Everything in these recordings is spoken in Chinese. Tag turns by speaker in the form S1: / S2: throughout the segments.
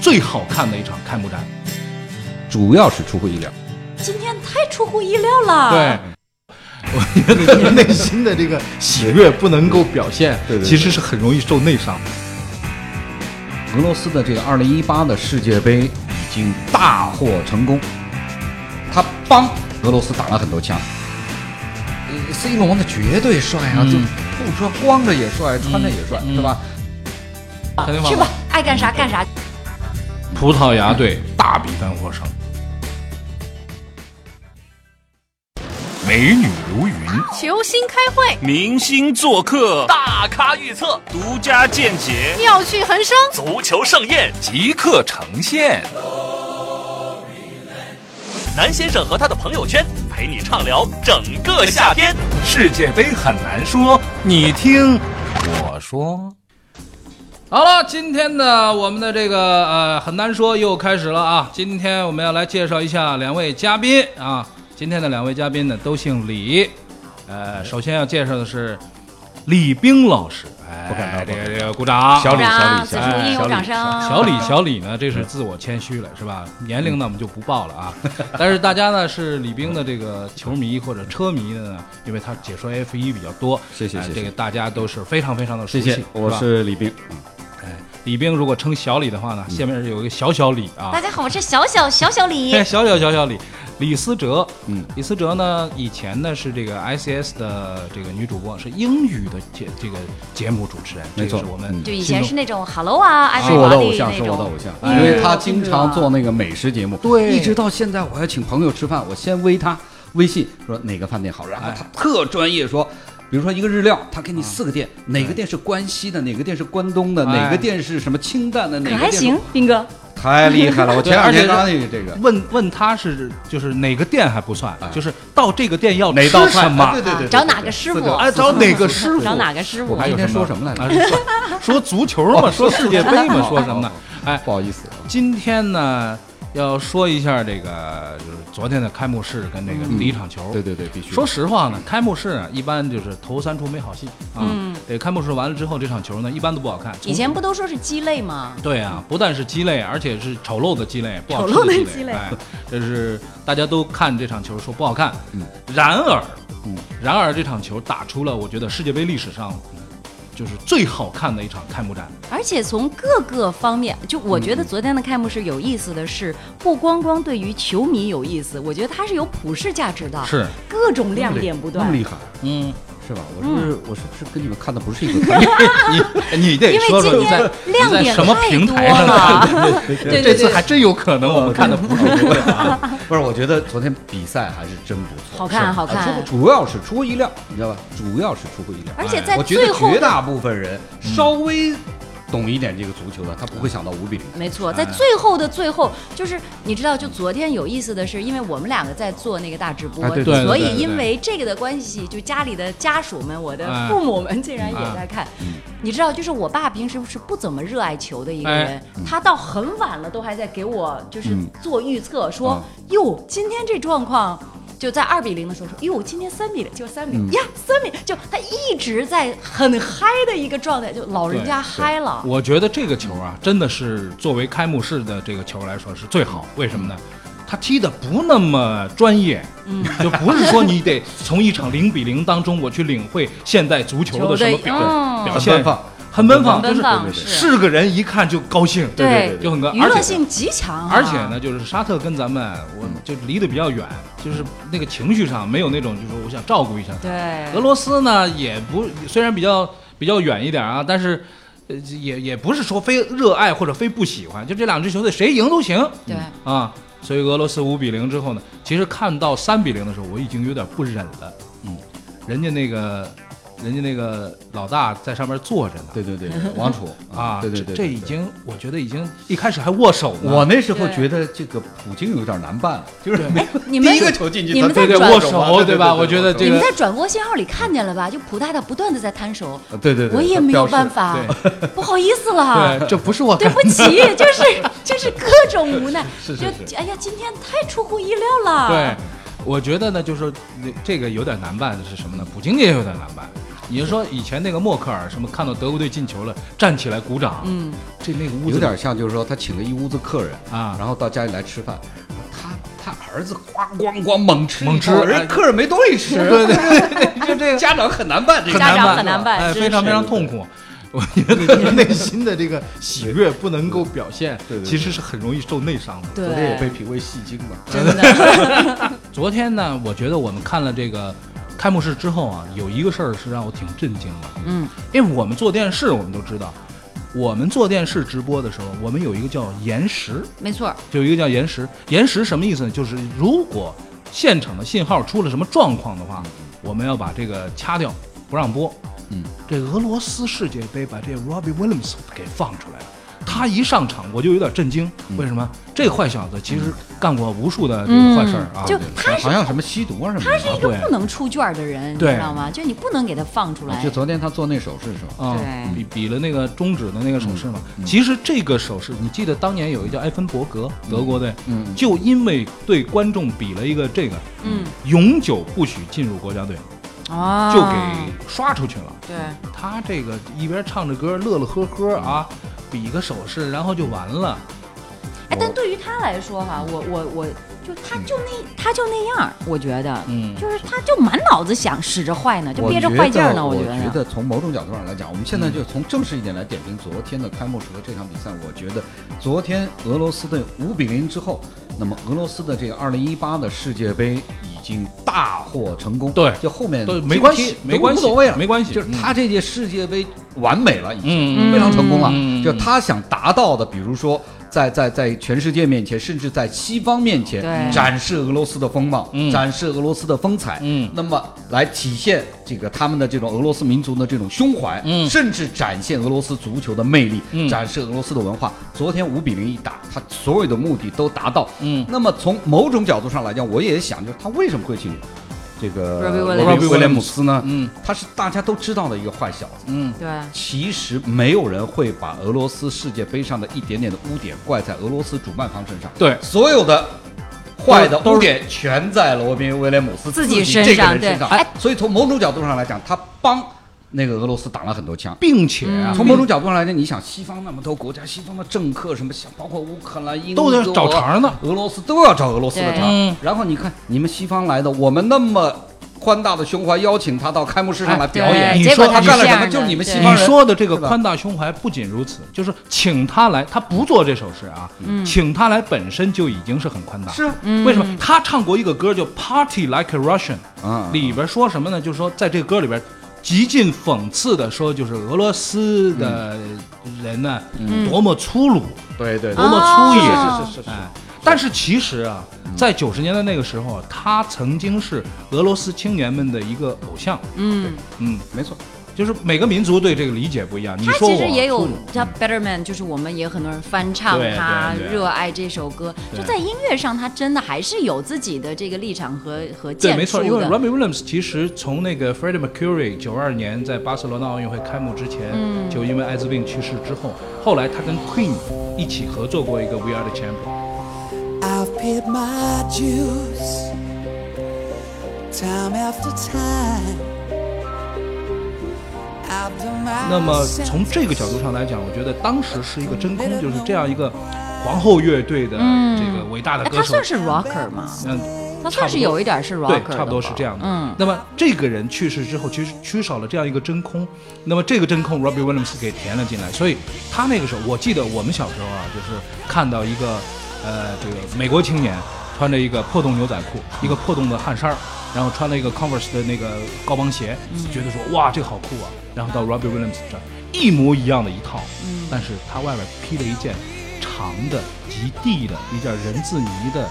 S1: 最好看的一场开幕战。
S2: 主要是出乎意料。
S3: 今天太出乎意料了。
S1: 对，我觉得你 内心的这个喜悦不能够表现，
S2: 对对对
S1: 其实是很容易受内伤。
S2: 俄罗斯的这个2018的世界杯已经大获成功，他帮俄罗斯打了很多枪。呃，C 罗那绝对帅啊，
S1: 嗯
S2: 就不说光着也帅，穿着也帅，
S1: 嗯
S2: 对吧？
S1: 肯定
S3: 去吧，爱干啥干啥。
S1: 葡萄牙队大比分获胜。
S4: 美女如云，
S5: 球星开会，
S4: 明星做客，
S6: 大咖预测，
S4: 独家见解，
S5: 妙趣横生。
S6: 足球盛宴，
S4: 即刻呈现。
S6: 南先生和他的朋友圈陪你畅聊整个夏天。
S4: 世界杯很难说，你听
S2: 嗯
S4: 我说。
S1: 好了，今天呢，我们的这个呃很难说又开始了啊。今天我们要来介绍一下两位嘉宾啊。今天的两位嘉宾呢都姓李，呃，首先要介绍的是李冰老师，哎，
S2: 不敢当
S1: 这
S2: 不
S1: 个这个鼓掌，
S2: 小李哎
S3: 掌，此
S2: 小
S1: 李
S3: 处
S1: 小李
S3: 应有掌
S1: 小
S3: 声。
S2: 啊
S1: 李，小李呢，这是自我谦虚了，是吧？
S2: 嗯
S1: 年龄呢，我们就不报了啊。 但是大家呢，是李冰的这个球迷或者车迷的呢，因为他解说 F 一比较多，
S2: 谢谢
S1: 哎
S2: 谢谢
S1: 这个大家都是非常非常的熟
S2: 谢
S1: 悉。
S2: 谢，我
S1: 吧
S2: 是嗯李冰。
S1: 李冰，如果称小李的话呢，下面是有一个小小李啊
S3: 大，家好，我是小小小小李
S1: 哎，。小小小小李，李思哲，
S2: 嗯，
S1: 李思哲呢，以前呢是这个 ICS 的这个女主播，是英语的节这个节目主持人，
S2: 没错
S1: 这个是我们
S2: 嗯
S3: 就以前是
S1: 心
S3: 那种 Hello 啊
S2: 是我的偶
S3: ，everybody
S2: 像，
S3: 那
S2: 是我的偶
S3: 种。
S2: 像，
S3: 哎
S2: 因为他经常做那个美食节目，
S1: 对
S2: 一直到现在，我要请朋友吃饭，我先微他微信说哪个饭店好，然后他特专业说。比如说一个日料，他给你四个店，哪个店是关西的，哪个店是关东的，
S1: 哎
S2: 哪个店是什么清淡的，哪
S3: 可
S2: 个
S3: 还
S2: 店是
S3: 行，斌哥，
S2: 太厉害了！我前两天刚那个这个
S1: 中问问他是就是哪个店还不算
S2: 哎，
S1: 就是到这个店要
S2: 哪道
S1: 吃
S2: 菜
S1: 什么
S2: 哎对对对，
S3: 找哪个师
S2: 四
S3: 傅？
S2: 个
S1: 哎找哪个师傅
S3: 找哪个师
S2: 我
S3: 傅？
S2: 们今天说什么来
S1: 啊
S2: 着？
S1: 说 说足球
S2: 哦
S1: 嘛，说世界杯嘛，说什么呢？哎，
S2: 不好意思，啊
S1: 今天呢要说一下这个就是昨天的开幕式跟这个第一场球，
S2: 嗯对对对，必须
S1: 说实话呢，开幕式啊，一般就是头三出没好戏啊。
S3: 嗯
S1: 对，开幕式完了之后，这场球呢，一般都不好看。从
S3: 以前不都说是鸡肋吗？
S1: 对啊，不但是鸡肋，而且是丑陋的鸡肋，不好吃
S3: 丑陋的
S1: 鸡
S3: 鸡肋
S1: 哎， 这是大家都看这场球说不好看。
S2: 嗯
S1: 然而，
S2: 嗯
S1: 然而这场球打出了我觉得世界杯历史上嗯就是最好看的一场开幕战。
S3: 而且从各个方面，就我觉得昨天的开幕式有意思的是，不光光对于球迷有意思，我觉得它是有普世价值的，
S1: 是，
S3: 各种亮点不
S2: 那么
S3: 断。
S2: 厉害
S1: 嗯，
S2: 是吧？我是不是我是不是跟你们看的不是一个团队？
S1: 你你得
S3: 因为
S1: 说说
S3: 今
S1: 你在
S3: 天亮
S1: 你在
S3: 点
S1: 什么
S3: 太
S1: 平
S3: 多
S1: 台上看 的？
S3: 了，对对
S1: 这
S3: 对
S1: 次还真有可能我们看的不是一个啊。
S2: 不是，我觉得昨天比赛还是真不错，
S3: 好看
S2: 是
S3: 好看
S2: 啊主主要是出乎意料，你知道吧？主要是出乎意料。
S3: 而且在
S2: 我觉得
S3: 最后
S2: 绝大部分人稍微懂一点这个足球的，他不会想到五比零。
S3: 没错，
S1: 哎
S3: 在最后的最后，就是你知道，就昨天有意思的是，因为我们两个在做那个大直播，
S2: 哎对
S1: 啊对对
S3: 所
S1: 对对
S3: 以
S1: 对
S3: 因为这个的关系，就家里的家属们，我的
S1: 哎
S3: 父母们竟然
S1: 啊
S3: 也在看。你知道，就是我爸平时是不怎么热爱球的一个
S1: 哎
S3: 人，嗯他到很晚了都还在给我就是
S2: 嗯
S3: 做预测，说
S2: 啊
S1: 嗯
S3: 哟，今天这状况。就在二比零的时候说，哟，今天三比零，就三比零、
S2: 嗯
S3: 呀，三比零，就他一直在很嗨的一个状态，就老人家嗨了。
S1: 我觉得这个球啊，真的是作为开幕式的这个球来说是最好。为什么呢？他踢的不那么专业，嗯，就不是说你得从一场零比零当中我去领会现代足球的什么表
S3: 球队嗯
S1: 表
S2: 很
S1: 现
S2: 奔，放，
S1: 很奔放，
S3: 很奔放
S1: 啊就是
S3: 是
S1: 是个人一看就高兴，
S3: 对对对
S2: 对
S1: 就很高，
S3: 娱
S1: 而
S3: 乐
S1: 且
S3: 性极强、啊，
S1: 而且呢，就是沙特跟咱们，我就离得比较远，就是那个情绪上没有那种，就是我想照顾一下他。
S3: 对，
S1: 俄罗斯呢，也不虽然比较比较远一点啊，但是，呃，也也不是说非热爱或者非不喜欢，就这两支球队谁赢都行
S3: 对，
S1: 啊。所以俄罗斯五比零之后呢，其实看到三比零的时候，我已经有点不忍了。嗯，人家那个，人家那个老大在上面坐着呢。
S2: 对对对，王楚
S1: 啊，
S2: 对对对，
S1: 这这
S2: 对
S1: 已。经，我觉得已经一开始还握手呢。
S2: 我那时候
S3: 对
S2: 觉得这个普京有点难办了，就是没有
S3: 你们
S2: 第一个球进去，
S3: 你们
S2: 他
S1: 对
S3: 在
S1: 对
S3: 转
S1: 握
S2: 手啊
S1: 手
S2: 对对
S1: 吧？
S2: 对
S1: 我觉得
S2: 对
S1: 这
S3: 你
S1: 个
S3: 们在转播信号里看见了吧？就普大大不断的在摊手，
S2: 对对对，
S3: 我也
S2: 他
S3: 没
S2: 表
S3: 有
S2: 示
S3: 办。法，不好意思了
S1: 对，，这不是我
S3: 对
S1: 干
S3: 不起，就是就是各种无奈，
S2: 是是是
S3: 就哎呀，今天太出乎意料了，
S1: 对，我觉得呢，就是那这个有点难办的是什么呢？普京也有点难办，你是说以前那个默克尔什么看到德国队进球了，站起来鼓掌，
S3: 嗯，
S1: 这那个屋子
S2: 有点像就是说他请了一屋子客人
S1: 啊
S2: 然后到家里来吃饭，他他儿子咣咣咣猛吃一口
S1: 猛吃哎
S2: 人客人没东西吃，
S1: 对对对，就这个
S2: 家长很难办这
S1: 很
S2: 个。
S1: 难
S3: 家
S1: 办
S3: 长很难办
S1: 哎，
S3: 真
S1: 非常
S3: 是
S1: 非常痛苦。我觉得就是内心的这个喜悦不能够表现
S2: 对对，对
S1: 其实是很容易受内伤的。
S3: 对，
S2: 昨天也被品味戏精嘛，
S3: 真的，
S1: 昨天呢，我觉得我们看了这个开幕式之后啊，有一个事儿是让我挺震惊的，
S3: 嗯，
S1: 因为我们做电视，我们都知道，我们做电视直播的时候，我们有一个叫延时，
S3: 没错儿，
S1: 有一个叫延时。延时什么意思呢？就是如果现场的信号出了什么状况的话，我们要把这个掐掉，不让播。
S2: 嗯，
S1: 这俄罗斯世界杯把这 Robbie Williams 给放出来了。他一上场，我就有点震惊。
S2: 嗯
S1: 为什么？这个坏小子其实干过无数的这个坏事儿啊！
S3: 嗯就他
S2: 好像什么吸毒啊什么的。
S3: 是一个不能出卷儿的人，你
S1: 对
S3: 知道吗？就你不能给他放出
S2: 啊
S3: 来
S2: 就。昨天他做那手势的时候，
S1: 啊，
S3: 对
S1: 比比了那个中指的那个手势嘛。
S2: 嗯嗯
S1: 其实这个手势，你记得当年有一个叫埃芬伯格，德国队，
S2: 嗯嗯
S1: 就因为对观众比了一个这个，
S3: 嗯，
S1: 永久不许进入国家队，
S3: 啊，
S1: 就给刷出去了。
S3: 对，
S1: 他这个一边唱着歌，乐乐呵呵啊，比个手势，然后就完了。
S3: 哎，但对于他来说哈，我我我就他就那他就那样儿，我觉得，
S1: 嗯
S3: 就是他就满脑子想使着坏呢，就
S2: 我
S3: 憋
S2: 觉
S3: 着
S2: 得
S3: 坏劲儿呢，
S2: 我
S3: 觉嗯
S2: 觉得从某种角度上来讲，我们现在就从正式一点来点评昨天的开幕式和这场比赛。我觉得昨天俄罗斯队五比零之后，那么俄罗斯的这个二零一八的世界杯已经大获成功。
S1: 对
S2: 就后面
S1: 对没关系
S2: 这
S1: 没关系
S2: 都无所谓了，
S1: 没关系
S2: 就是他这届世界杯完美了，已经、
S1: 嗯
S2: 非常成功了。
S1: 嗯
S2: 就他想达到的，比如说。在在在全世界面前，甚至在西方面前
S3: 对
S2: 展示俄罗斯的风貌，
S1: 嗯
S2: 展示俄罗斯的风采，
S1: 嗯
S2: 那么来体现这个他们的这种俄罗斯民族的这种胸怀，
S1: 嗯
S2: 甚至展现俄罗斯足球的魅力，
S1: 嗯
S2: 展示俄罗斯的文化。昨天五比零一打，他所有的目的都达到。
S1: 嗯
S2: 那么从某种角度上来讲，我也想，就是他为什么会请这
S3: Robbie
S2: 个
S3: Williams
S2: 罗威廉姆斯呢？
S1: 嗯
S2: 他是大家都知道的一个坏小子。
S1: 嗯，
S3: 对，
S2: 其实没有人会把俄罗斯世界杯上的一点点的污点怪在俄罗斯主办方身上，
S1: 对
S2: 所有的坏的
S1: 都是
S2: 污点全在罗宾威廉姆斯
S3: 自己
S2: 己
S3: 身
S2: 这个
S3: 上
S2: 人
S3: 对
S2: 身上。
S3: 哎
S2: 所以从某种角度上来讲，他帮那个俄罗斯挡了很多枪。
S1: 并且
S3: 嗯
S1: 啊，
S2: 从某种角度上来讲，你想西方那么多国家，西方的政客什么，像包括乌克兰、英
S1: 都在
S2: 国
S1: 找茬呢
S2: 俄罗斯都要找俄罗斯的
S3: 对
S2: 茬
S1: 嗯。
S2: 然后你看，你们西方来的，我们那么宽大的胸怀，邀请他到开幕式上来表演
S1: 哎，
S3: 对，
S1: 你
S3: 结
S1: 说
S3: 果他
S1: 你
S2: 干了
S3: 这
S2: 什
S3: 样
S2: 么
S3: 的
S2: 就是你们
S3: 对
S2: 西
S1: 你
S2: 方人
S1: 说的这个
S2: 对吧
S1: 宽大胸怀不仅如此，就是请他来，他不做这首诗啊，请他来本身就已经是嗯很宽大。
S2: 是啊
S3: 嗯
S1: 为什么？他唱过一个歌叫《Party Like a Russian》，
S2: 啊
S1: 里边说什么呢？就是说在这个歌里边。极尽讽刺的说，就是俄罗斯的人呢，
S3: 嗯
S1: 多么粗鲁，
S2: 对对
S1: 多么粗野，
S3: 哦
S2: 是是
S1: 哎，但是其实啊，
S3: 嗯
S1: 在九十年代那个时候啊，他曾经是俄罗斯青年们的一个偶像。
S3: 嗯，
S1: 嗯，
S2: 没错，
S1: 就是每个民族对这个理解不一样。你
S3: 他
S1: 说
S3: 其
S1: 我
S3: 实也有
S1: 粗鲁
S3: 叫 Better Man，就是我们也很多人翻唱
S1: 对
S3: 他
S1: 对，对
S3: 热爱这首歌。
S1: 对
S3: 就在音乐上，他真的还是有自己的这个立场和和
S1: 对，
S3: 建
S1: 没错，因
S3: 树
S1: 为
S3: 的。
S1: Robbie Williams 其实从那个 Freddie Mercury 九二年在巴塞罗那奥运会开幕之前，
S3: 嗯
S1: 就因为艾滋病去世之后，后来他跟 Queen 一起合作过一个 We Are the Champion。
S7: I've paid my dues time after time. I've done my
S1: 那么从这个角度上来讲，我觉得当时是一个真空，就是这样一个皇后乐队的这个伟大的
S3: 哎，
S1: 歌
S3: 他
S1: 手，
S3: 算是 rocker 吗？
S1: 嗯，
S3: 他算是有一点是 rocker，
S1: 对
S3: 的，吧
S1: 差不多是这样的。
S3: 嗯，
S1: 那么这个人去世之后，其实缺少了这样一个真空，那么这个真空 Robbie Williams 给填了进来，所以他那个时候，我记得我们小时候啊，就是看到一个呃这个美国青年穿着一个破洞牛仔裤，一个破洞的汗衫儿，然后穿了一个 Converse 的那个高帮鞋，觉得说哇这个好酷啊，然后到 Robbie Williams 这儿一模一样的一套，但是他外边披了一件长的及地的一件人字呢的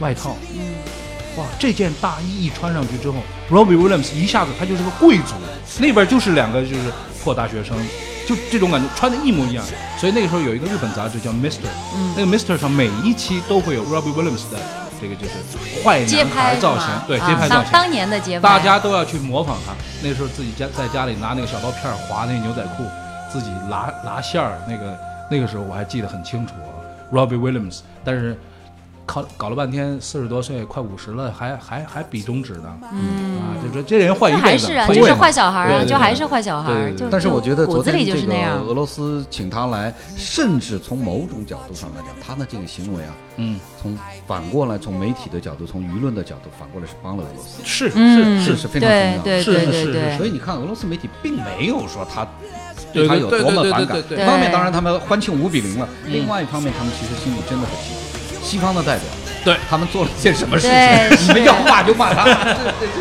S1: 外套。
S3: 嗯
S1: 哇，这件大衣一穿上去之后，Robbie Williams 一下子他就是个贵族，那边就是两个就是破大学生，就这种感觉，穿的一模一样。所以那个时候有一个日本杂志叫 Mister，、那个
S3: 嗯
S1: Mister 上每一期都会有 Robbie Williams 的这个就是坏
S3: 街
S1: 男
S3: 拍
S1: 孩
S3: 是
S1: 造型
S3: 吧，
S1: 对
S3: 啊
S1: 街拍造
S3: 当
S1: 型。
S3: 当年的街拍，
S1: 大家都要去模仿他。那时候自己家在家里拿那个小刀片儿划那牛仔裤，自己拉拉线儿。那个那个时候我还记得很清楚啊，Robbie Williams。但是搞搞了半天，四十多岁，快五十了，还还还比中指呢，嗯啊，就说这人坏一
S3: 那
S1: 辈
S3: 还
S1: 子
S3: 是，啊，
S1: 会
S3: 就是
S1: 吗
S3: 坏小孩
S2: 对
S3: 儿啊，
S2: 对
S3: 就
S2: 对
S3: 还是坏小孩
S1: 对
S3: 儿
S1: 对。对
S3: 就
S2: 但是
S3: 就
S2: 我觉得
S3: 骨
S2: 昨
S3: 子里
S2: 天
S3: 就
S2: 这
S3: 是
S2: 个
S3: 那样。
S2: 俄罗斯请他来，甚至从某种角度上来讲，他的这个行为啊，
S1: 嗯，
S2: 从反过来从媒体的角度，从舆论的角度，反过来是帮了俄罗斯。
S1: 是
S3: 嗯，
S2: 是是非常重要的
S3: 对
S1: 是
S3: 对
S1: 是
S3: 对
S1: 是
S3: 对对，
S2: 所以你看，俄罗斯媒体并没有说他
S1: 对
S2: 他
S1: 对
S2: 有
S1: 对
S2: 多么
S1: 对
S2: 反
S1: 对
S2: 感。
S1: 对
S3: 对嗯
S2: 一方面，当然他们欢庆五比零了；另外一方面，他们其实心里真的很清楚，西方的代表
S1: 对
S2: 他们做了些什么事
S3: 对
S2: 情，你们
S3: 是
S2: 要骂就骂他。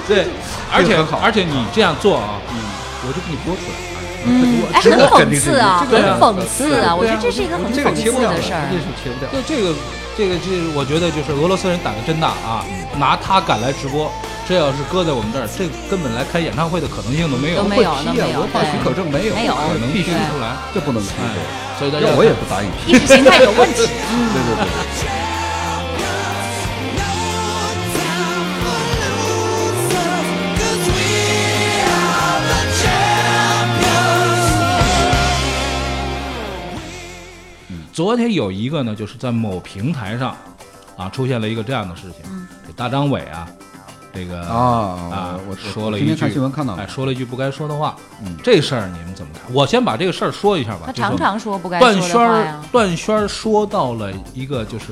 S2: 对，
S1: 而且
S2: 这个很好
S1: 而且你这样做啊，我就给你播出来。
S3: 嗯，哎，
S2: 这
S3: 很
S2: 个肯
S3: 讽
S2: 定是
S3: 刺啊，
S2: 这
S3: 很
S2: 个
S3: 讽刺啊！我
S2: 对
S3: 觉
S2: 啊
S3: 得这是一个很
S2: 这个
S3: 讽
S2: 切
S3: 刺
S2: 不掉
S3: 的事儿
S2: 这。是切不掉的。
S1: 就这个这个这个，我觉得就是俄罗斯人胆子真大啊，
S3: 嗯
S1: 拿他敢来直播，这要是搁在我们这儿，这根本来开演唱会的可能性都没有
S3: 都，
S2: 会
S3: 没有
S2: 批
S3: 那
S2: 啊
S3: 没有
S2: 文化许
S3: 对
S2: 可证没有，
S3: 没有
S2: 不可能
S1: 能
S2: 必
S1: 必须
S2: 须
S3: 对
S1: 出来，
S2: 这不能批
S1: 哎，所以大家
S2: 要我也不答应批。
S3: 意识形态有问题，
S2: 对对对。
S1: 昨天有一个呢，就是在某平台上，啊，出现了一个这样的事
S3: 嗯
S1: 情，这大张伟啊，这个
S2: 啊
S1: 啊，
S2: 我我
S1: 说了
S2: 我
S1: 一句，
S2: 今天看新闻看到了
S1: 哎，说了一句不该说的话。
S2: 嗯
S1: 这事儿你们怎么看？我先把这个事儿说一下吧。
S3: 他
S1: 就是
S3: 常常说不该说
S1: 段
S3: 的
S1: 轩
S3: 话
S1: 儿
S2: 啊
S3: 呀。，
S1: 段轩儿说到了一个，就是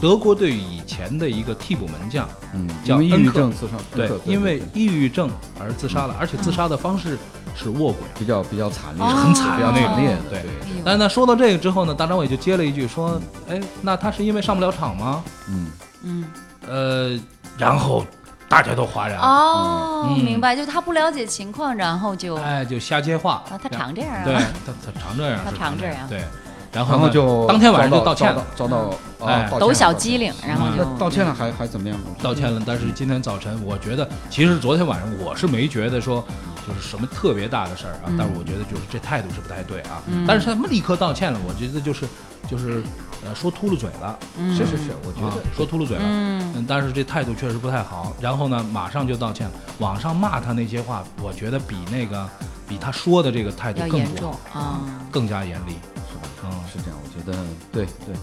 S1: 德国队以前的一个替补门将，
S2: 嗯，
S1: 叫
S2: 因为抑
S1: 恩
S2: 郁
S1: 克
S2: 症自杀，
S1: 对
S2: 恩克，
S1: 因为
S2: 对嗯
S1: 抑郁症而自杀了，而且自
S3: 嗯
S1: 杀的方式是卧轨。
S2: 比较比较惨
S3: 哦
S2: 烈，
S1: 很惨
S2: 比较惨烈的，
S1: 对
S3: 哎呦
S2: 嗯
S1: 但是呢，说到这个之后呢，大张伟就接了一句说：“哎，那他是因为上不了场吗？”
S2: 嗯，
S3: 嗯，
S1: 呃，然后大家都哗然，
S2: 啊
S3: 哦，
S1: 嗯
S3: 明白，就他不了解情况，然后就啊，
S1: 哎，就瞎接话。
S3: 他常这样啊，
S1: 对，他他常这样，
S3: 他
S1: 是
S3: 常这
S1: 这
S3: 样
S1: 对，然
S2: 然
S1: 呢
S2: 后就
S1: 当天晚上就
S2: 遭
S1: 道
S2: 到
S1: 歉了，
S2: 遭到遭到
S1: 哎
S2: 啊，道歉
S3: 抖
S2: 了嗯
S3: 小机，灵，然后
S2: 道歉
S3: 就嗯
S2: 了那道歉了还还怎么样？
S1: 道歉了。但是今天早晨，我觉得其实昨天晚上我是没觉得说就是什么特别大的事儿啊，
S3: 嗯
S1: 但是我觉得就是这态度是不太对啊。
S3: 嗯
S1: 但是他们立刻道歉了，我觉得就是就是呃说秃噜嘴了，
S3: 嗯
S2: 是是是，我觉
S1: 啊
S2: 得，
S1: 说秃噜嘴了。
S3: 嗯，
S1: 嗯，但是这态度确实不太好。然后呢，马上就道歉了。网上骂他那些话，我觉得比那个比他说的这个态度
S3: 要
S1: 更
S3: 严
S1: 不
S3: 重
S1: 好，
S3: 啊。
S1: 更加严厉。
S2: 是吧？
S1: 嗯，
S2: 是这样，我觉得对对。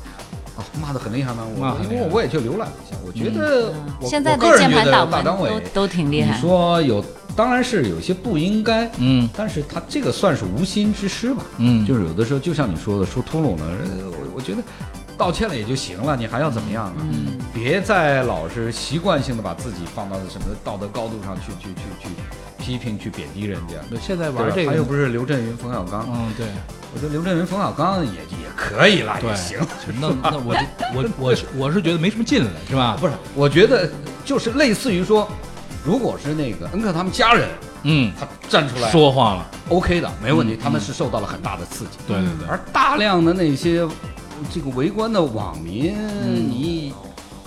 S2: 哦，骂的很厉害吗？
S1: 骂得
S2: 我
S1: 很
S2: 因
S1: 厉害
S2: 为我也去浏览了一下，我觉得
S3: 嗯
S2: 我
S3: 现在
S2: 我个
S3: 的
S2: 人
S3: 键
S2: 觉
S3: 盘
S2: 得
S3: 党
S2: 大
S3: 们
S2: 张伟
S3: 都，都挺厉
S2: 你
S3: 害，
S2: 说有，当然是有些不应该，
S1: 嗯
S2: 但是他这个算是无心之失吧。
S1: 嗯，
S2: 就是有的时候，就像你说的，说秃噜了，呃我我觉得道歉了也就行了，你还要怎么样啊？
S3: 嗯
S2: 别再老是习惯性的把自己放到什么道德高度上去去去去批评、去贬低人家。
S1: 现在
S2: 对
S1: 嗯玩
S2: 吧
S1: 这
S2: 他又
S1: 个，
S2: 不是刘震云、冯小刚，
S1: 嗯，对
S2: 我觉得刘震云、冯小刚也也可以啦，也
S1: 对，
S2: 行。
S1: 那那我就我我是我是觉得没什么劲了，是吧？
S2: 不是，我觉得就是类似于说，如果是那个恩克他们家人，
S1: 嗯，
S2: 他站出来
S1: 说话了，
S2: OK 的，没问题，
S1: 嗯
S2: 他们是受到了很大的刺激。
S1: 对对对，
S2: 而大量的那些这个围观的网民，你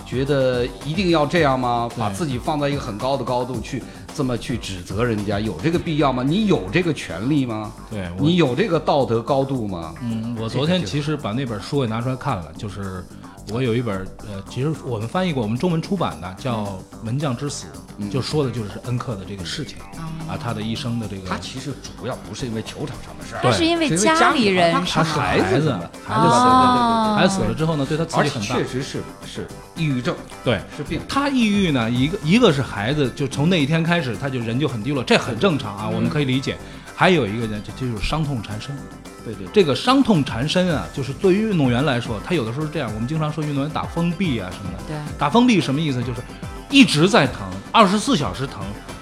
S2: 觉得一定要这样吗？把自己放在一个很高的高度去这么去指责人家，有这个必要吗？你有这个权利吗？
S1: 对我
S2: 嗯你有这个道德高度吗？
S1: 嗯，我
S2: 这
S1: 昨
S2: 个
S1: 天
S2: 就
S1: 其实把那本书也拿出来看了，就是我有一本呃，其实我们翻译过，我们中文出版的叫《门将之死》，
S2: 嗯
S1: 就说的就是恩克的这个事情、啊，他的一生的这个
S2: 他其实主要不是因为球场上的事儿，
S3: 他是因为
S2: 是因为
S3: 家
S2: 里
S3: 里人
S2: 他
S3: 是吗
S2: 孩
S1: 孩
S2: 子
S1: 子
S2: 什么的
S1: 孩子死
S3: 哦
S1: 了，孩子死了之后呢，对他刺
S2: 而
S1: 激
S2: 且
S1: 很
S2: 确
S1: 大，
S2: 实是是抑郁症，
S1: 对。
S2: 是病。
S1: 他抑郁呢，一个一个是孩子，就从那一天开始，他就人就很低落，这很正常啊，
S2: 嗯
S1: 我们可以理解。还有一个呢，就这就是伤痛缠身，
S2: 对对，
S1: 这个伤痛缠身啊，就是对于运动员来说，他有的时候是这样，我们经常说运动员打封闭啊什么的，
S3: 对，
S1: 打封闭什么意思？就是一直在疼，二十四小时疼，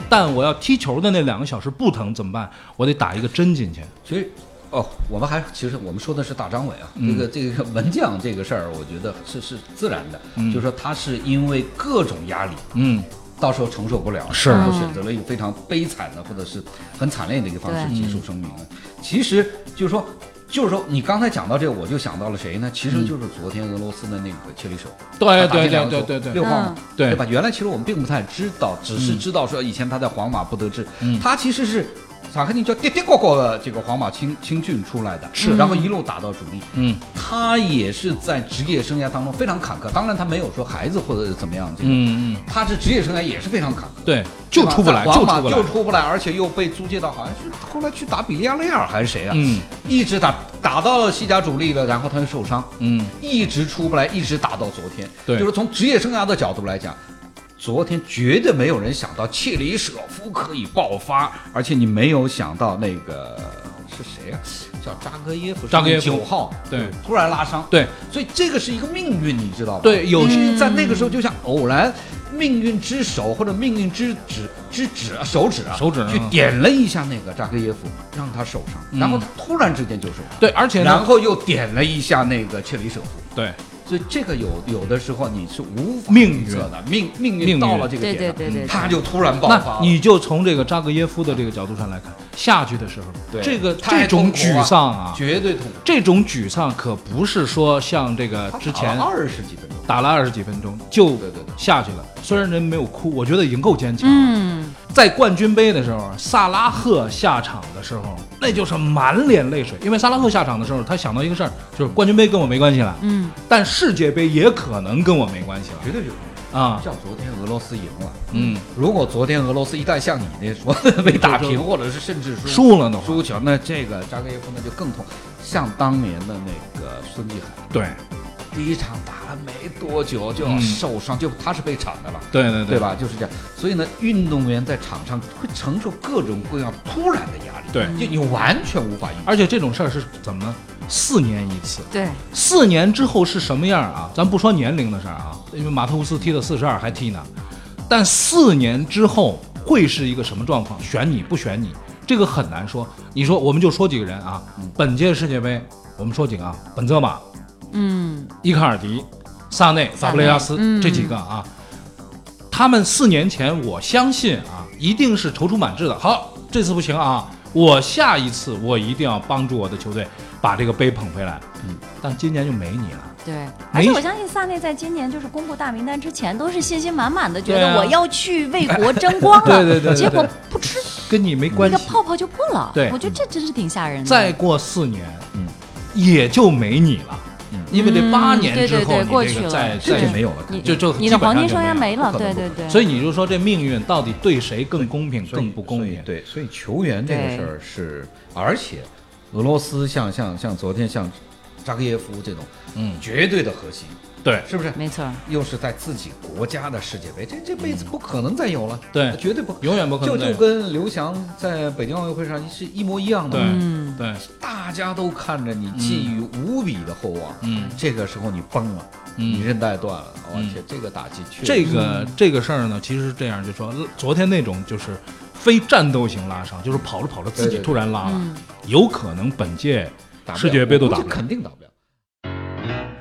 S1: 但我要踢球的那两个小时不疼怎么办？我得打一个针进去。
S2: 其实，哦，我们还其实我们说的是大张伟啊，
S1: 嗯
S2: 这个这个门将这个事儿，我觉得是是自然的，
S1: 嗯
S2: 就是说他是因为各种压力，
S1: 嗯，
S2: 到时候承受不了，
S1: 是
S2: 然后选择了一个非常悲惨的或者是很惨烈的一个方式
S1: 嗯
S3: 对
S2: 结束生命的。其实就是说。就是说，你刚才讲到这个，我就想到了谁呢？其实就是昨天俄罗斯的那个切里手，
S1: 对哎
S2: 他打
S1: 对
S2: 进两
S1: 对
S2: 个
S1: 对
S2: 球
S1: 对对
S2: 六号嘛
S3: 嗯，
S1: 对
S2: 吧？原来其实我们并不太知道，只是知道说以前他在皇马不得志
S1: 嗯，
S2: 他其实是萨克定叫跌跌过过的这个皇马青青训出来的，是，然后一路打到主力，
S1: 嗯
S2: 他也是在职业生涯当中非常坎坷。当然，他没有说孩子或者怎么样，这个、
S1: 嗯嗯，
S2: 他是职业生涯也是非常坎坷。
S1: 对，
S2: 对
S1: 就
S2: 吧
S1: 出不来，
S2: 在皇
S1: 就
S2: 马
S1: 出不来
S2: 就，出不来，而且又被租借到，好像是后来去打比利亚雷尔还是谁啊？
S1: 嗯，
S2: 一直打打到了西甲主力了，然后他又受伤，
S1: 嗯，
S2: 一直出不来，一直打到昨天。
S1: 对
S2: 就是从职业生涯的角度来讲，昨天绝对没有人想到切里舍夫可以爆发，而且你没有想到那个是谁啊？叫扎格耶夫，
S1: 扎格耶夫
S2: 九号，
S1: 对，
S2: 突然拉伤，
S1: 对，
S2: 所以这个是一个命运，你知道吗？
S1: 对有
S2: 些在那个时候就像偶然，命运之手或者命运之指之指手指啊，
S1: 手指啊
S2: 去点了一下那个扎克耶夫，让他受伤，
S1: 嗯
S2: 然后他突然之间就受伤，
S1: 对，而且
S2: 然
S1: 呢，
S2: 后又点了一下那个切里舍夫。
S1: 对，
S2: 所以这个有有的时候你是无法
S1: 命运
S2: 预测的，命命
S1: 命运
S2: 运到了这个
S3: 对
S2: 点
S3: 对
S2: 上，
S3: 对对，对
S2: 他就突然爆发
S1: 那
S2: 了。
S1: 你就从这个扎格耶夫的这个角度上来看，下去的时候，
S2: 对
S1: 这个
S2: 太
S1: 这种
S2: 痛苦
S1: 沮
S2: 了
S1: 丧啊，
S2: 绝对痛苦。
S1: 这种沮丧可不是说像这
S3: 啊
S1: 个之前
S2: 二十几分钟，
S1: 打了二十几分钟就
S2: 对对对
S1: 下去了，虽然人没有哭，我觉得已经够坚强了。
S3: 嗯，
S1: 在冠军杯的时候，萨拉赫下场的时候，那就是满脸泪水，因为萨拉赫下场的时候，他想到一个事儿，就是冠军杯跟我没关系了，
S3: 嗯，
S1: 但世界杯也可能跟我没关系
S2: 绝对就
S3: 嗯
S1: 了啊，
S2: 像昨天俄罗斯赢了。
S1: 嗯，
S2: 如果昨天俄罗斯一旦像你那说 被打 平，或者是甚至输
S3: 嗯
S1: 输了的话，
S2: 输球，那这个扎格耶夫那就更痛。像当年的那个孙继海，
S1: 对
S2: 第一场打了没多久就要受伤，就他是被铲的了。
S1: 对对
S2: 对？吧？就是这样，所以呢，运动员在场上会承受各种各样突然的压力，
S1: 对
S3: 嗯
S2: 就你完全无法预
S1: 而且这种事儿是怎么呢？四年一次，
S3: 对，
S1: 四年之后是什么样啊？咱不说年龄的事儿啊，因为马特乌斯踢到四十二还踢呢，但四年之后会是一个什么状况？选你不选你，这个很难说。你说我们就说几个人啊，本届世界杯我们说几个啊？本泽马、
S3: 嗯，
S1: 伊卡尔迪、萨内、
S3: 萨
S1: 法
S3: 内
S1: 布雷加斯、
S3: 嗯
S1: 这几个啊，他们四年前我相信啊，一定是踌躇满志的。好，这次不行啊，我下一次我一定要帮助我的球队把这个杯捧回来。嗯，但今年就没你了。
S3: 对。而
S1: 没
S3: 且我相信萨内在今年就是公布大名单之前，都是信心满满的，觉
S1: 对啊
S3: 得我要去为国争光了。
S1: 对对对对
S3: 结果不吃
S1: 跟你没
S3: 那
S1: 关
S3: 个
S1: 系。
S3: 泡泡就破了。
S1: 对
S3: 我觉得这真是挺吓人的。
S1: 再过四年，
S2: 嗯，
S1: 也就没你了，
S2: 嗯
S1: 因为这八年
S3: 对
S1: 之
S3: 对
S1: 后，
S3: 对
S1: 你
S3: 过
S1: 这
S3: 去
S1: 个
S3: 了
S1: 再
S2: 这
S1: 再
S2: 就
S1: 也
S3: 对
S2: 没有了。
S3: 你
S1: 就就基本
S3: 你的
S1: 上
S3: 黄金
S1: 就
S3: 生涯
S1: 没
S3: 没了，
S2: 不可
S3: 对
S2: 能
S3: 对对。
S1: 所以你就说这命运到底对谁更公平、
S2: 所以
S1: 更不公平？
S2: 所以对，所以球员这个事儿是，而且俄罗斯像像像昨天像扎格耶夫这种，
S1: 嗯，
S2: 绝对的核心，
S1: 对
S2: 是不是？
S3: 没错，
S2: 又是在自己国家的世界杯，这这辈子不可能再有了，
S1: 嗯对
S2: 绝对不可能，
S1: 永远不可能再
S2: 就
S1: 有
S2: 就跟刘翔在北京奥运会上是一模一样的，
S1: 对
S3: 嗯
S1: 对，
S2: 大家都看着你，寄予无比的厚望。
S1: 嗯
S2: 这个时候你崩了，
S1: 嗯
S2: 你韧带断了，而
S1: 嗯
S2: 且这个打击确实
S1: 这个这个事儿呢，其实是这样，就说呃昨天那种就是非战斗型拉伤，就是跑着跑着自己
S2: 对对对
S1: 突然拉了
S3: 嗯，
S1: 有可能本届
S2: 打不了
S1: 世界杯都打
S2: 我
S1: 不
S2: 估计
S1: 了。
S2: 肯定打不了。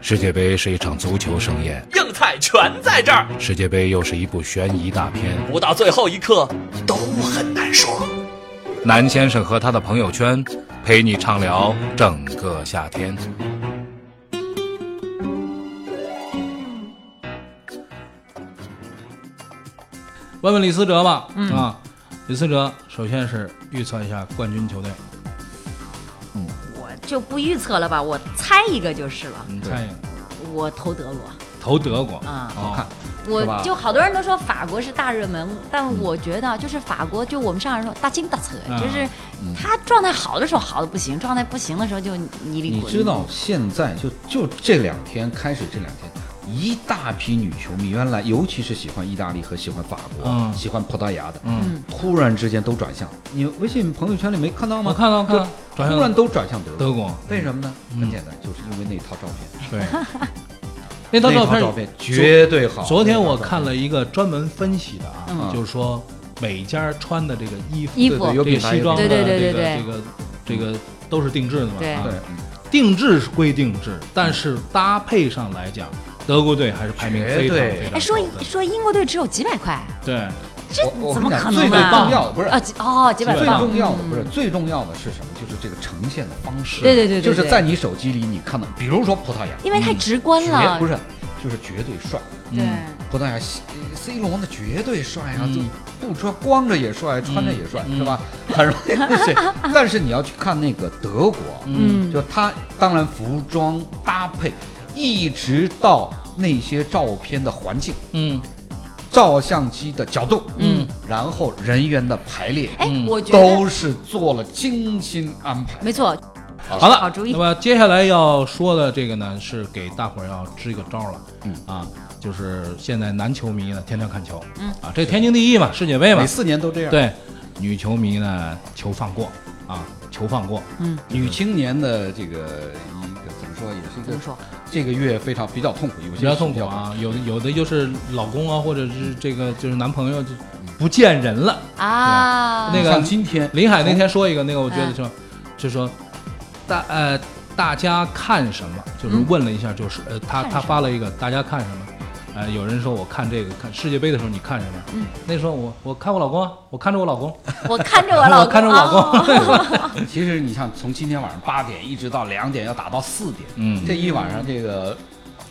S4: 世界杯是一场足球盛宴，
S6: 硬菜全在这儿，
S4: 世界杯又是一部悬疑大片。
S6: 不到最后一刻都很难说。
S4: 南先生和他的朋友圈，陪你畅聊整个夏天。
S1: 问问李思哲吧，啊，李思哲，首先是预测一下冠军球队，
S3: 我就不预测了吧，我猜一个就是了。
S1: 你猜一个，
S3: 我投德国
S1: 投德国，
S3: 啊，
S1: 好看，
S3: 我
S2: 是吧
S3: 就好多人都说法国是大热门，但我觉得啊就是法国，就我们上来说大清大扯，
S1: 嗯
S3: 就是他状态好的时候好的不行，状态不行的时候就泥里
S2: 你
S3: 滚。
S2: 知道现在就就这两天开始，这两天一大批女球迷，原来尤其是喜欢意大利和喜欢法国、
S1: 嗯
S2: 喜欢葡萄牙的，
S1: 嗯，
S2: 突然之间都转向。你微信朋友圈里没看到吗？
S1: 我看到看到
S2: 就，
S1: 转
S2: 突
S1: 向
S2: 然都转向德国。
S1: 德国，
S2: 为什么呢？
S1: 嗯
S2: 很简单，就是因为那套照片，
S1: 对， 那套
S2: 那
S1: 照
S2: 套
S1: 片，
S2: 照片绝对好。
S1: 昨天我
S2: 那套照片
S1: 看了一个专门分析的啊，
S2: 嗯
S1: 就是说每家穿的这个衣服、
S3: 衣
S2: 对
S3: 服
S2: 对有
S1: 这
S2: 品
S1: 个
S2: 牌
S1: 西装的
S3: 对对
S1: 这
S3: 对对
S1: 个
S3: 对
S1: 这个这个都是定制的嘛，
S3: 对
S1: 啊
S2: 对，
S1: 定制是归定制，但是搭配上来讲，德国队还是排名非常
S2: 绝对
S1: 非常高的
S3: 哎，说说英国队只有几百块，
S1: 对，
S3: 这
S2: 我我
S3: 怎么
S2: 跟你讲
S3: 可能
S2: 最
S3: 呢？
S2: 重要的不是
S3: 啊，几哦，几百
S2: 最
S1: 棒
S3: 磅
S2: 重要的不是最重要的是什么？就是这个呈现的方式。
S3: 对对对对
S2: 就是
S3: 对
S2: 在你手机里你看到，比如说葡萄牙，
S3: 因为太直观
S2: 绝嗯
S3: 了，
S2: 不是嗯就是绝对帅。
S3: 对，
S2: 葡萄牙西 C 罗那绝对帅啊，
S1: 嗯
S2: 就不穿光着也帅，穿着也帅，
S3: 嗯
S2: 是吧？ 很容易 是，但是你要去看那个德国，
S3: 嗯，
S2: 就他当然服装搭配，一直到那些照片的环境、
S1: 嗯
S2: 照相机的角度，
S1: 嗯，
S2: 然后人员的排列，
S3: 哎，我觉得
S2: 都是做了精心安排。
S3: 没错，
S1: 好了，
S3: 好主意
S1: 那么接下来要说的这个呢，是给大伙儿要支个招儿了，
S2: 嗯
S1: 啊，就是现在男球迷呢天天看球，
S3: 嗯
S1: 啊，这天经地义嘛，世界杯嘛
S2: 每，四年都这样，，
S1: 对，女球迷呢求放过啊，求放过，
S3: 嗯，
S2: 女青年的这个一个怎么说，也是一
S3: 怎
S2: 个
S3: 么说？
S2: 这个月非常比较痛苦，有些
S1: 比较痛苦啊，有的有的就是老公啊，或者是这个就是男朋友就不见人了。
S3: 啊，
S1: 那
S2: 比较痛
S1: 个
S2: 苦。像今天
S1: 林海那天说一个，那个我觉得
S3: 嗯
S1: 说，就说大呃大家看什么，就是
S3: 嗯
S1: 问了一下，就是呃他
S3: 看
S1: 他
S3: 什
S1: 发了一个大家看什么，呃有人说我看这个看世界杯的时候你看什么，
S3: 嗯，
S1: 那时候我我看我老公啊，我看着我老公，哦
S3: 我看着我 老 公，哦
S1: 我看着我老
S3: 公，
S2: 其实你像从今天晚上八点一直到两点，要打到四点，
S1: 嗯
S2: 这一晚上这个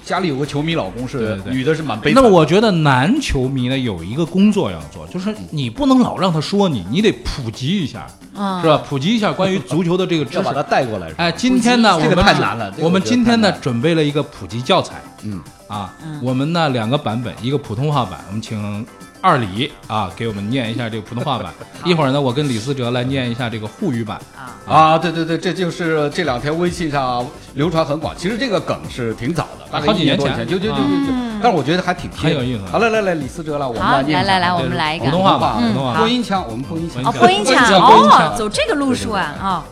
S2: 家里有个球迷老公
S1: 对
S2: 是
S1: 对对
S2: 女的是蛮悲
S1: 那
S2: 惨
S1: 么
S2: 的，
S1: 我觉得男球迷呢有一个工作要做，就是你不能老让他说你，你得普及一下，
S3: 嗯
S1: 是吧？普及一下关于足球的这个知
S2: 要把
S1: 识
S2: 他。带过来是吧。
S1: 哎，今天呢，
S2: 普及一下
S1: 我
S2: 这个
S1: 们
S2: 太
S1: 准
S2: 难了这个
S1: 我们
S2: 我觉得
S1: 今天
S2: 太
S1: 呢
S2: 难，了
S1: 准备了一个普及教材
S2: 嗯，
S1: 啊
S3: 嗯，
S1: 我们呢两个版本，一个普通话版，我们请二李啊给我们念一下这个普通话 版，一会儿呢我跟李思哲来念一下这个沪语版。
S2: 啊，对对对，这就是这两天微信上流传很广。其实这个梗是挺早的，大概
S1: 好几
S2: 一年
S1: 年
S2: 多
S1: 前
S2: 以前，就就就就就，但是我觉得还挺贴
S1: 很有意思
S2: 好，来来来，李思哲了，我们
S3: 好，
S2: 念
S3: 来
S2: 一下
S3: 来来，我们
S1: 对
S3: 来一个
S1: 普通话版，
S2: 嗯
S1: 普通话
S2: 播音腔，我们播音腔
S1: 播
S3: 啊，
S1: 音
S3: 播音
S1: 播音
S3: 腔
S1: 腔播音腔
S3: 哦，走这个路数啊啊！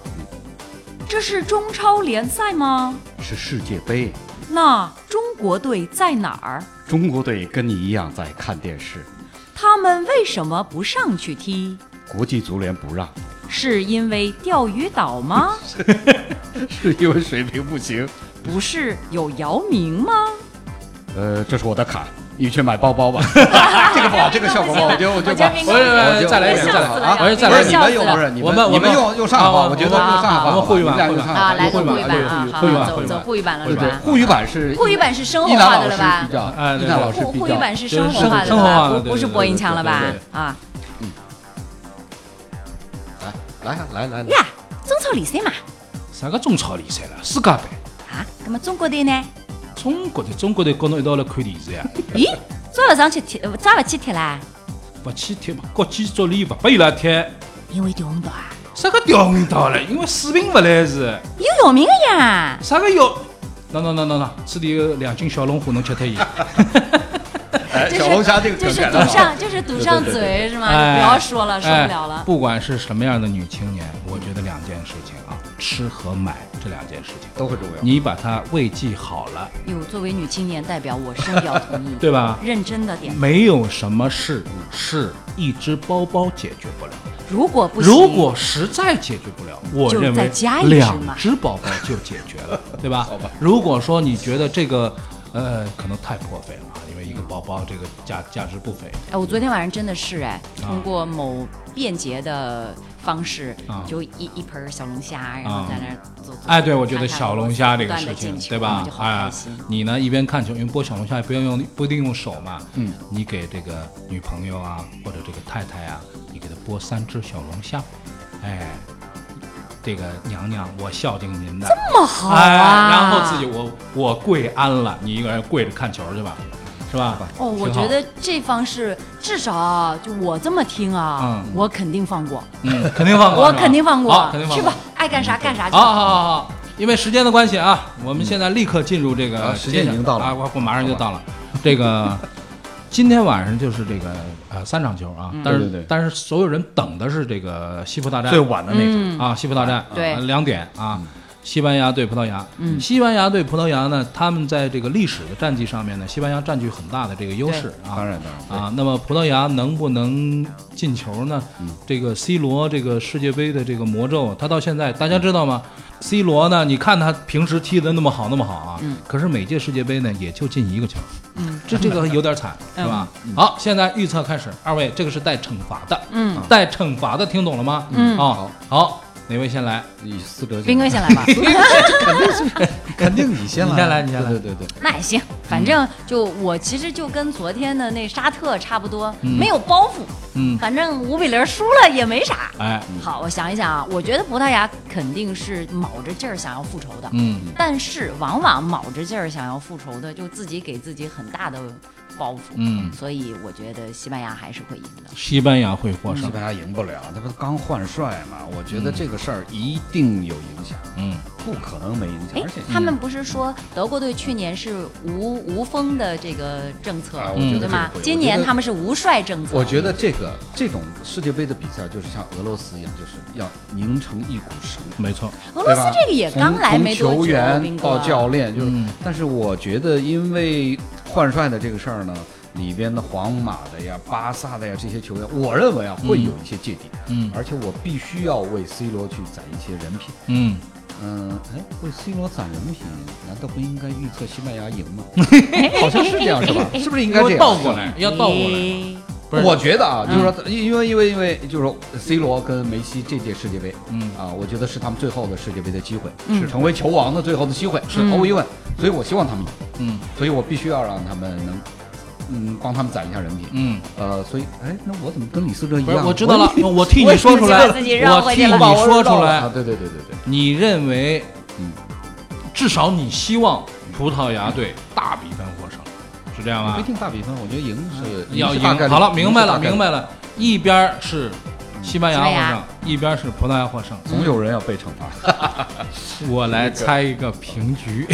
S3: 这是中超联赛吗？
S2: 是世界杯，
S3: 那中国队在哪儿？
S2: 中国队跟你一样在看电视，
S3: 他们为什么不上去踢？
S2: 国际足联不让，
S3: 是因为钓鱼岛吗？
S2: 是因为水平不行。
S3: 不是有姚明吗？
S2: 呃，这是我的卡，你去买包包 吧。这个不好，这个效果不好，我觉得我觉得吧
S3: 我觉得明
S1: 白了
S2: 我觉得
S1: 再来一遍
S2: 我觉
S1: 再来
S2: 得好
S3: 一遍
S2: 啊
S1: 我是再
S2: 不
S1: 来一
S2: 是你
S1: 遍
S2: 们用不是你
S1: 我们
S2: 你
S1: 我们
S2: 们用用上海
S1: 啊
S2: 话，我觉得用上海话，
S1: 我们沪语版
S2: 你们俩用上
S3: 啊，
S2: 海
S3: 来
S2: 话，
S3: 个
S1: 沪
S3: 沪
S1: 语版
S3: 语版啊，
S1: 沪语
S3: 好，
S1: 版
S3: 走走沪语版了啊
S2: 对
S3: 是
S2: 对，
S3: 吧？
S2: 沪语版是
S3: 沪语版是生
S2: 一
S3: 活
S2: 楠
S3: 化
S2: 老
S3: 的
S2: 师
S3: 了吧
S2: 比？较，
S1: 哎对
S2: 一楠老师
S3: 沪
S2: 比
S3: 沪语
S2: 较。
S3: 版是生
S1: 就是
S3: 活化的
S1: 生
S3: 了
S1: 活化
S3: 吧？
S1: 的
S3: 不
S1: 对
S3: 不是
S1: 对
S3: 播
S1: 对
S3: 音
S1: 对
S3: 腔了
S1: 对
S3: 吧
S1: 对对？
S3: 啊
S2: 来来来来，
S3: 呀，中超联赛嘛
S4: 啥个中超联赛了？世界杯？
S3: 啊，那么中国队呢？
S4: 中国队，中国队跟侬一道来看电
S1: 啊
S4: 视呀？
S3: 咦，抓了上去踢，呃抓不去踢啦？
S4: 不去踢嘛？国际足联不拨伊拉踢，
S3: 因为钓红岛啊，
S4: 啥个调鱼到了？因为水平不来是。
S3: 有姚明的呀。
S4: 啥个要？喏喏喏喏喏，此地有两斤小龙虎，侬吃脱 伊。
S3: 啊
S2: 哎，
S3: 就是
S2: 小龙虾这个
S3: 就
S2: 梗
S3: 是
S2: 改
S3: 堵
S2: 的好。
S3: 上，就是堵上嘴是吗？
S1: 哎
S3: 你不要说了，受
S1: 哎
S3: 不了了。
S1: 不管是什么样的女青年，我觉得两件事情啊，吃和买这两件事情，
S2: 都很重要。
S1: 你把它喂记好了，
S3: 哟，作为女青年代表，我深表同意，
S1: 对吧？
S3: 认真的点。
S1: 没有什么事是一只包包解决不了。
S3: 如果不行，
S1: 如果实在解决不了，我
S3: 就
S1: 认
S3: 再
S1: 为
S3: 加一只
S1: 两
S3: 嘛
S1: 只宝宝就解决 了，对吧？如果说你觉得这个，呃，可能太破费了啊，因为一个包包这个价价值不菲。
S3: 哎，我昨天晚上真的是哎，通过某便捷的方式，
S1: 啊
S3: 就一一盆小龙虾，然后在那儿走走。
S1: 哎，对，我觉得
S3: 看看
S1: 小龙虾这
S3: 不
S1: 个
S3: 断地
S1: 事情
S3: 进，球
S1: 对吧
S3: 我就？好
S1: 哎
S3: 开心。，
S1: 你呢一边看球，因为剥小龙虾也不用用不一定用手嘛，
S2: 嗯，
S1: 你给这个女朋友啊或者这个太太啊，你给她剥三只小龙虾，哎，这个娘娘我孝敬您的，
S3: 这么好
S1: 哎，
S3: 啊！
S1: 然后自己我我跪安了，你一个人跪着看球去吧，是吧？
S3: 哦，我
S1: 挺好
S3: 觉得这方式至少啊，就我这么听啊，
S1: 嗯
S3: 我肯定放过，
S1: 嗯，肯定放过，
S3: 我
S1: 是吧
S3: 肯定放
S1: 好
S3: 过，
S1: 肯定放
S3: 去
S1: 过
S3: 吧。，爱干啥干啥去
S1: 好好
S3: 吧。
S1: 好好，因为时间的关系啊，我们现在立刻进入这个
S2: 啊时间已经到了
S1: 啊，我我马上就到了。这个今天晚上就是这个呃三场球
S3: 嗯
S1: 啊，但
S2: 对对
S1: 是
S2: 对
S1: 但是所有人等的是这个西部大战
S2: 最晚的那嗯个，
S3: 嗯
S1: 啊，西部大战
S3: 对
S1: 啊两点啊。西班牙对葡萄牙，嗯，西班牙对葡萄牙呢，他们在这个历史的战绩上面呢，西班牙占据很大的这个优势啊。
S2: 当然当然。
S1: 啊，那么葡萄牙能不能进球呢？
S2: 嗯
S1: 这个 C 罗这个世界杯的这个魔咒，他到现在大家知道吗？C 罗呢，你看他平时踢得那么好那么好啊，
S2: 嗯
S1: 可是每届世界杯呢也就进一个球，
S3: 嗯，
S1: 这这个有点惨，
S2: 嗯
S1: 是吧？好，现在预测开始，二位这个是带惩罚的，
S3: 嗯，
S1: 带惩罚的，听懂了吗？嗯，哦，好，哪位先来？
S2: 你四哲，
S3: 斌哥先 来吧。
S2: 肯定是，肯定你先来，
S1: 你先来你先来
S2: 对对对，对
S3: 那也行，反正就我其实就跟昨天的那沙特差不多，
S1: 嗯
S3: 没有包袱。
S1: 嗯，
S3: 反正五比零输了也没啥。
S1: 哎，
S3: 好，我想一想啊，我觉得葡萄牙肯定是卯着劲儿想要复仇的，
S1: 嗯
S3: 但是往往卯着劲儿想要复仇的，就自己给自己很大的包袱。
S1: 嗯，
S3: 所以我觉得西班牙还是会赢的。
S1: 西班牙会获
S2: 西
S1: 胜。
S2: 班牙赢不了，他不是刚换帅嘛？我觉得这个事儿一定有影响，
S1: 嗯，
S2: 不可能没影响，
S3: 哎
S2: 而且，嗯
S3: 他们不是说德国队去年是无无风的这个政策，
S2: 啊我
S1: 觉得
S3: 对
S2: 这个
S3: 吗
S2: 会？
S3: 今
S2: 我觉
S3: 年
S2: 得
S3: 他们是无帅政策。
S2: 我觉得这个这种世界杯的比赛就是像俄罗斯一样，就是要凝成一股绳。
S1: 没错。
S3: 俄罗斯这个也
S2: 对吧
S3: 刚来
S2: 从
S3: 没多久，
S2: 从球
S3: 斌
S2: 员
S3: 哥
S2: 到教练，就是，
S1: 嗯
S2: 但是我觉得因为换帅的这个事儿呢，里边的皇马的呀、巴萨的呀这些球员，我认为啊会有一些芥蒂，
S1: 嗯
S2: 而且我必须要为 C 罗去攒一些人品。
S1: 嗯，
S2: 嗯，哎，为 C 罗攒人品，难道不应该预测西班牙赢吗？ 好像是这样，是 吧？是不是应该
S1: 要
S2: 这样？
S1: 倒过来，要倒过来。
S5: 哎
S3: 咦
S1: 不是
S2: 我觉得啊，就是说，
S3: 嗯
S2: 因为因为因为就是说，C 罗跟梅西这届世界杯，
S1: 嗯
S2: 啊，我觉得是他们最后的世界杯的机会，
S3: 嗯
S2: 是成为球王的最后的机会，是毫无疑问。所以我希望他们赢，
S1: 嗯
S2: 所以我必须要让他们能，嗯，帮他们攒一下人品。
S1: 嗯，
S2: 呃，所以，哎，那我怎么跟李斯哲一
S1: 不是，
S2: 样？啊
S1: 我知道了，
S2: 也
S1: 我替你说出来，
S3: 我自己绕
S1: 我
S3: 回
S1: 替
S3: 去
S1: 你
S3: 了
S1: 说出
S2: 啊，
S1: 来，
S2: 对对对对对，
S1: 你认为
S2: 嗯，
S1: 至少你希望葡萄牙队大比分获胜，是这样
S2: 不一
S1: 吗？
S2: 定大比分，我觉得赢是
S1: 嗯要
S2: 是
S1: 赢
S2: 大概率
S1: 好了，明白
S2: 是
S1: 了，
S2: 大概率
S1: 明白了。一边儿是西班牙
S3: 西班
S1: 获胜，一边儿是葡萄牙获胜。
S2: 总有人要被惩
S1: 嗯
S2: 罚。
S1: 我来猜一个平局，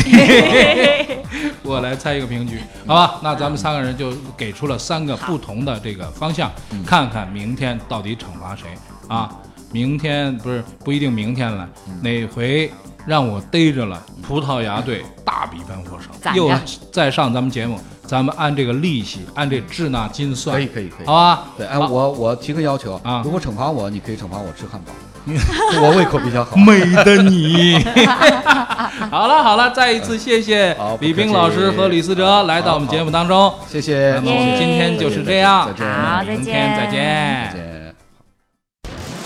S1: 我来猜一个平局，好吧？那咱们三个人就给出了三个不同的这个方向，
S2: 嗯
S1: 看看明天到底惩罚谁啊？明天不是不一定明天了，
S2: 嗯
S1: 哪回让我逮着了葡萄牙队大比分获
S3: 攒
S1: 胜，
S3: 着
S1: 又再上咱们节目，咱们按这个利息，按这滞纳金算，
S2: 可以可以可以
S1: 好吧？
S2: 对，哎，
S1: 好
S2: 我我提个要求
S1: 啊
S2: 如果惩罚我，你可以惩罚我吃汉堡， 我胃口比较好。
S1: 美的你。 好了好了，再一次谢谢
S2: 好不客气
S1: 李冰老师和李思哲来到我们节目当中。
S2: 谢谢
S1: 那，么我们今天就是这样，
S2: 再见
S3: 好再见
S1: 明天再见
S2: 再。见。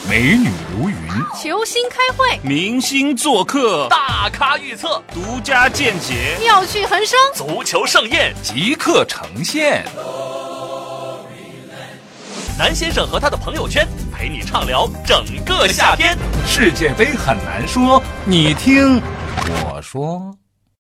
S4: 美女如云，
S5: 球星开会，
S8: 明星做客，
S6: 大咖预测，
S8: 独家见解。
S5: 妙趣横生。
S6: 足球盛宴，
S4: 即刻呈现。
S6: 南先生和他的朋友圈陪你畅聊整个夏天。
S4: 世界杯很难说，你听我说。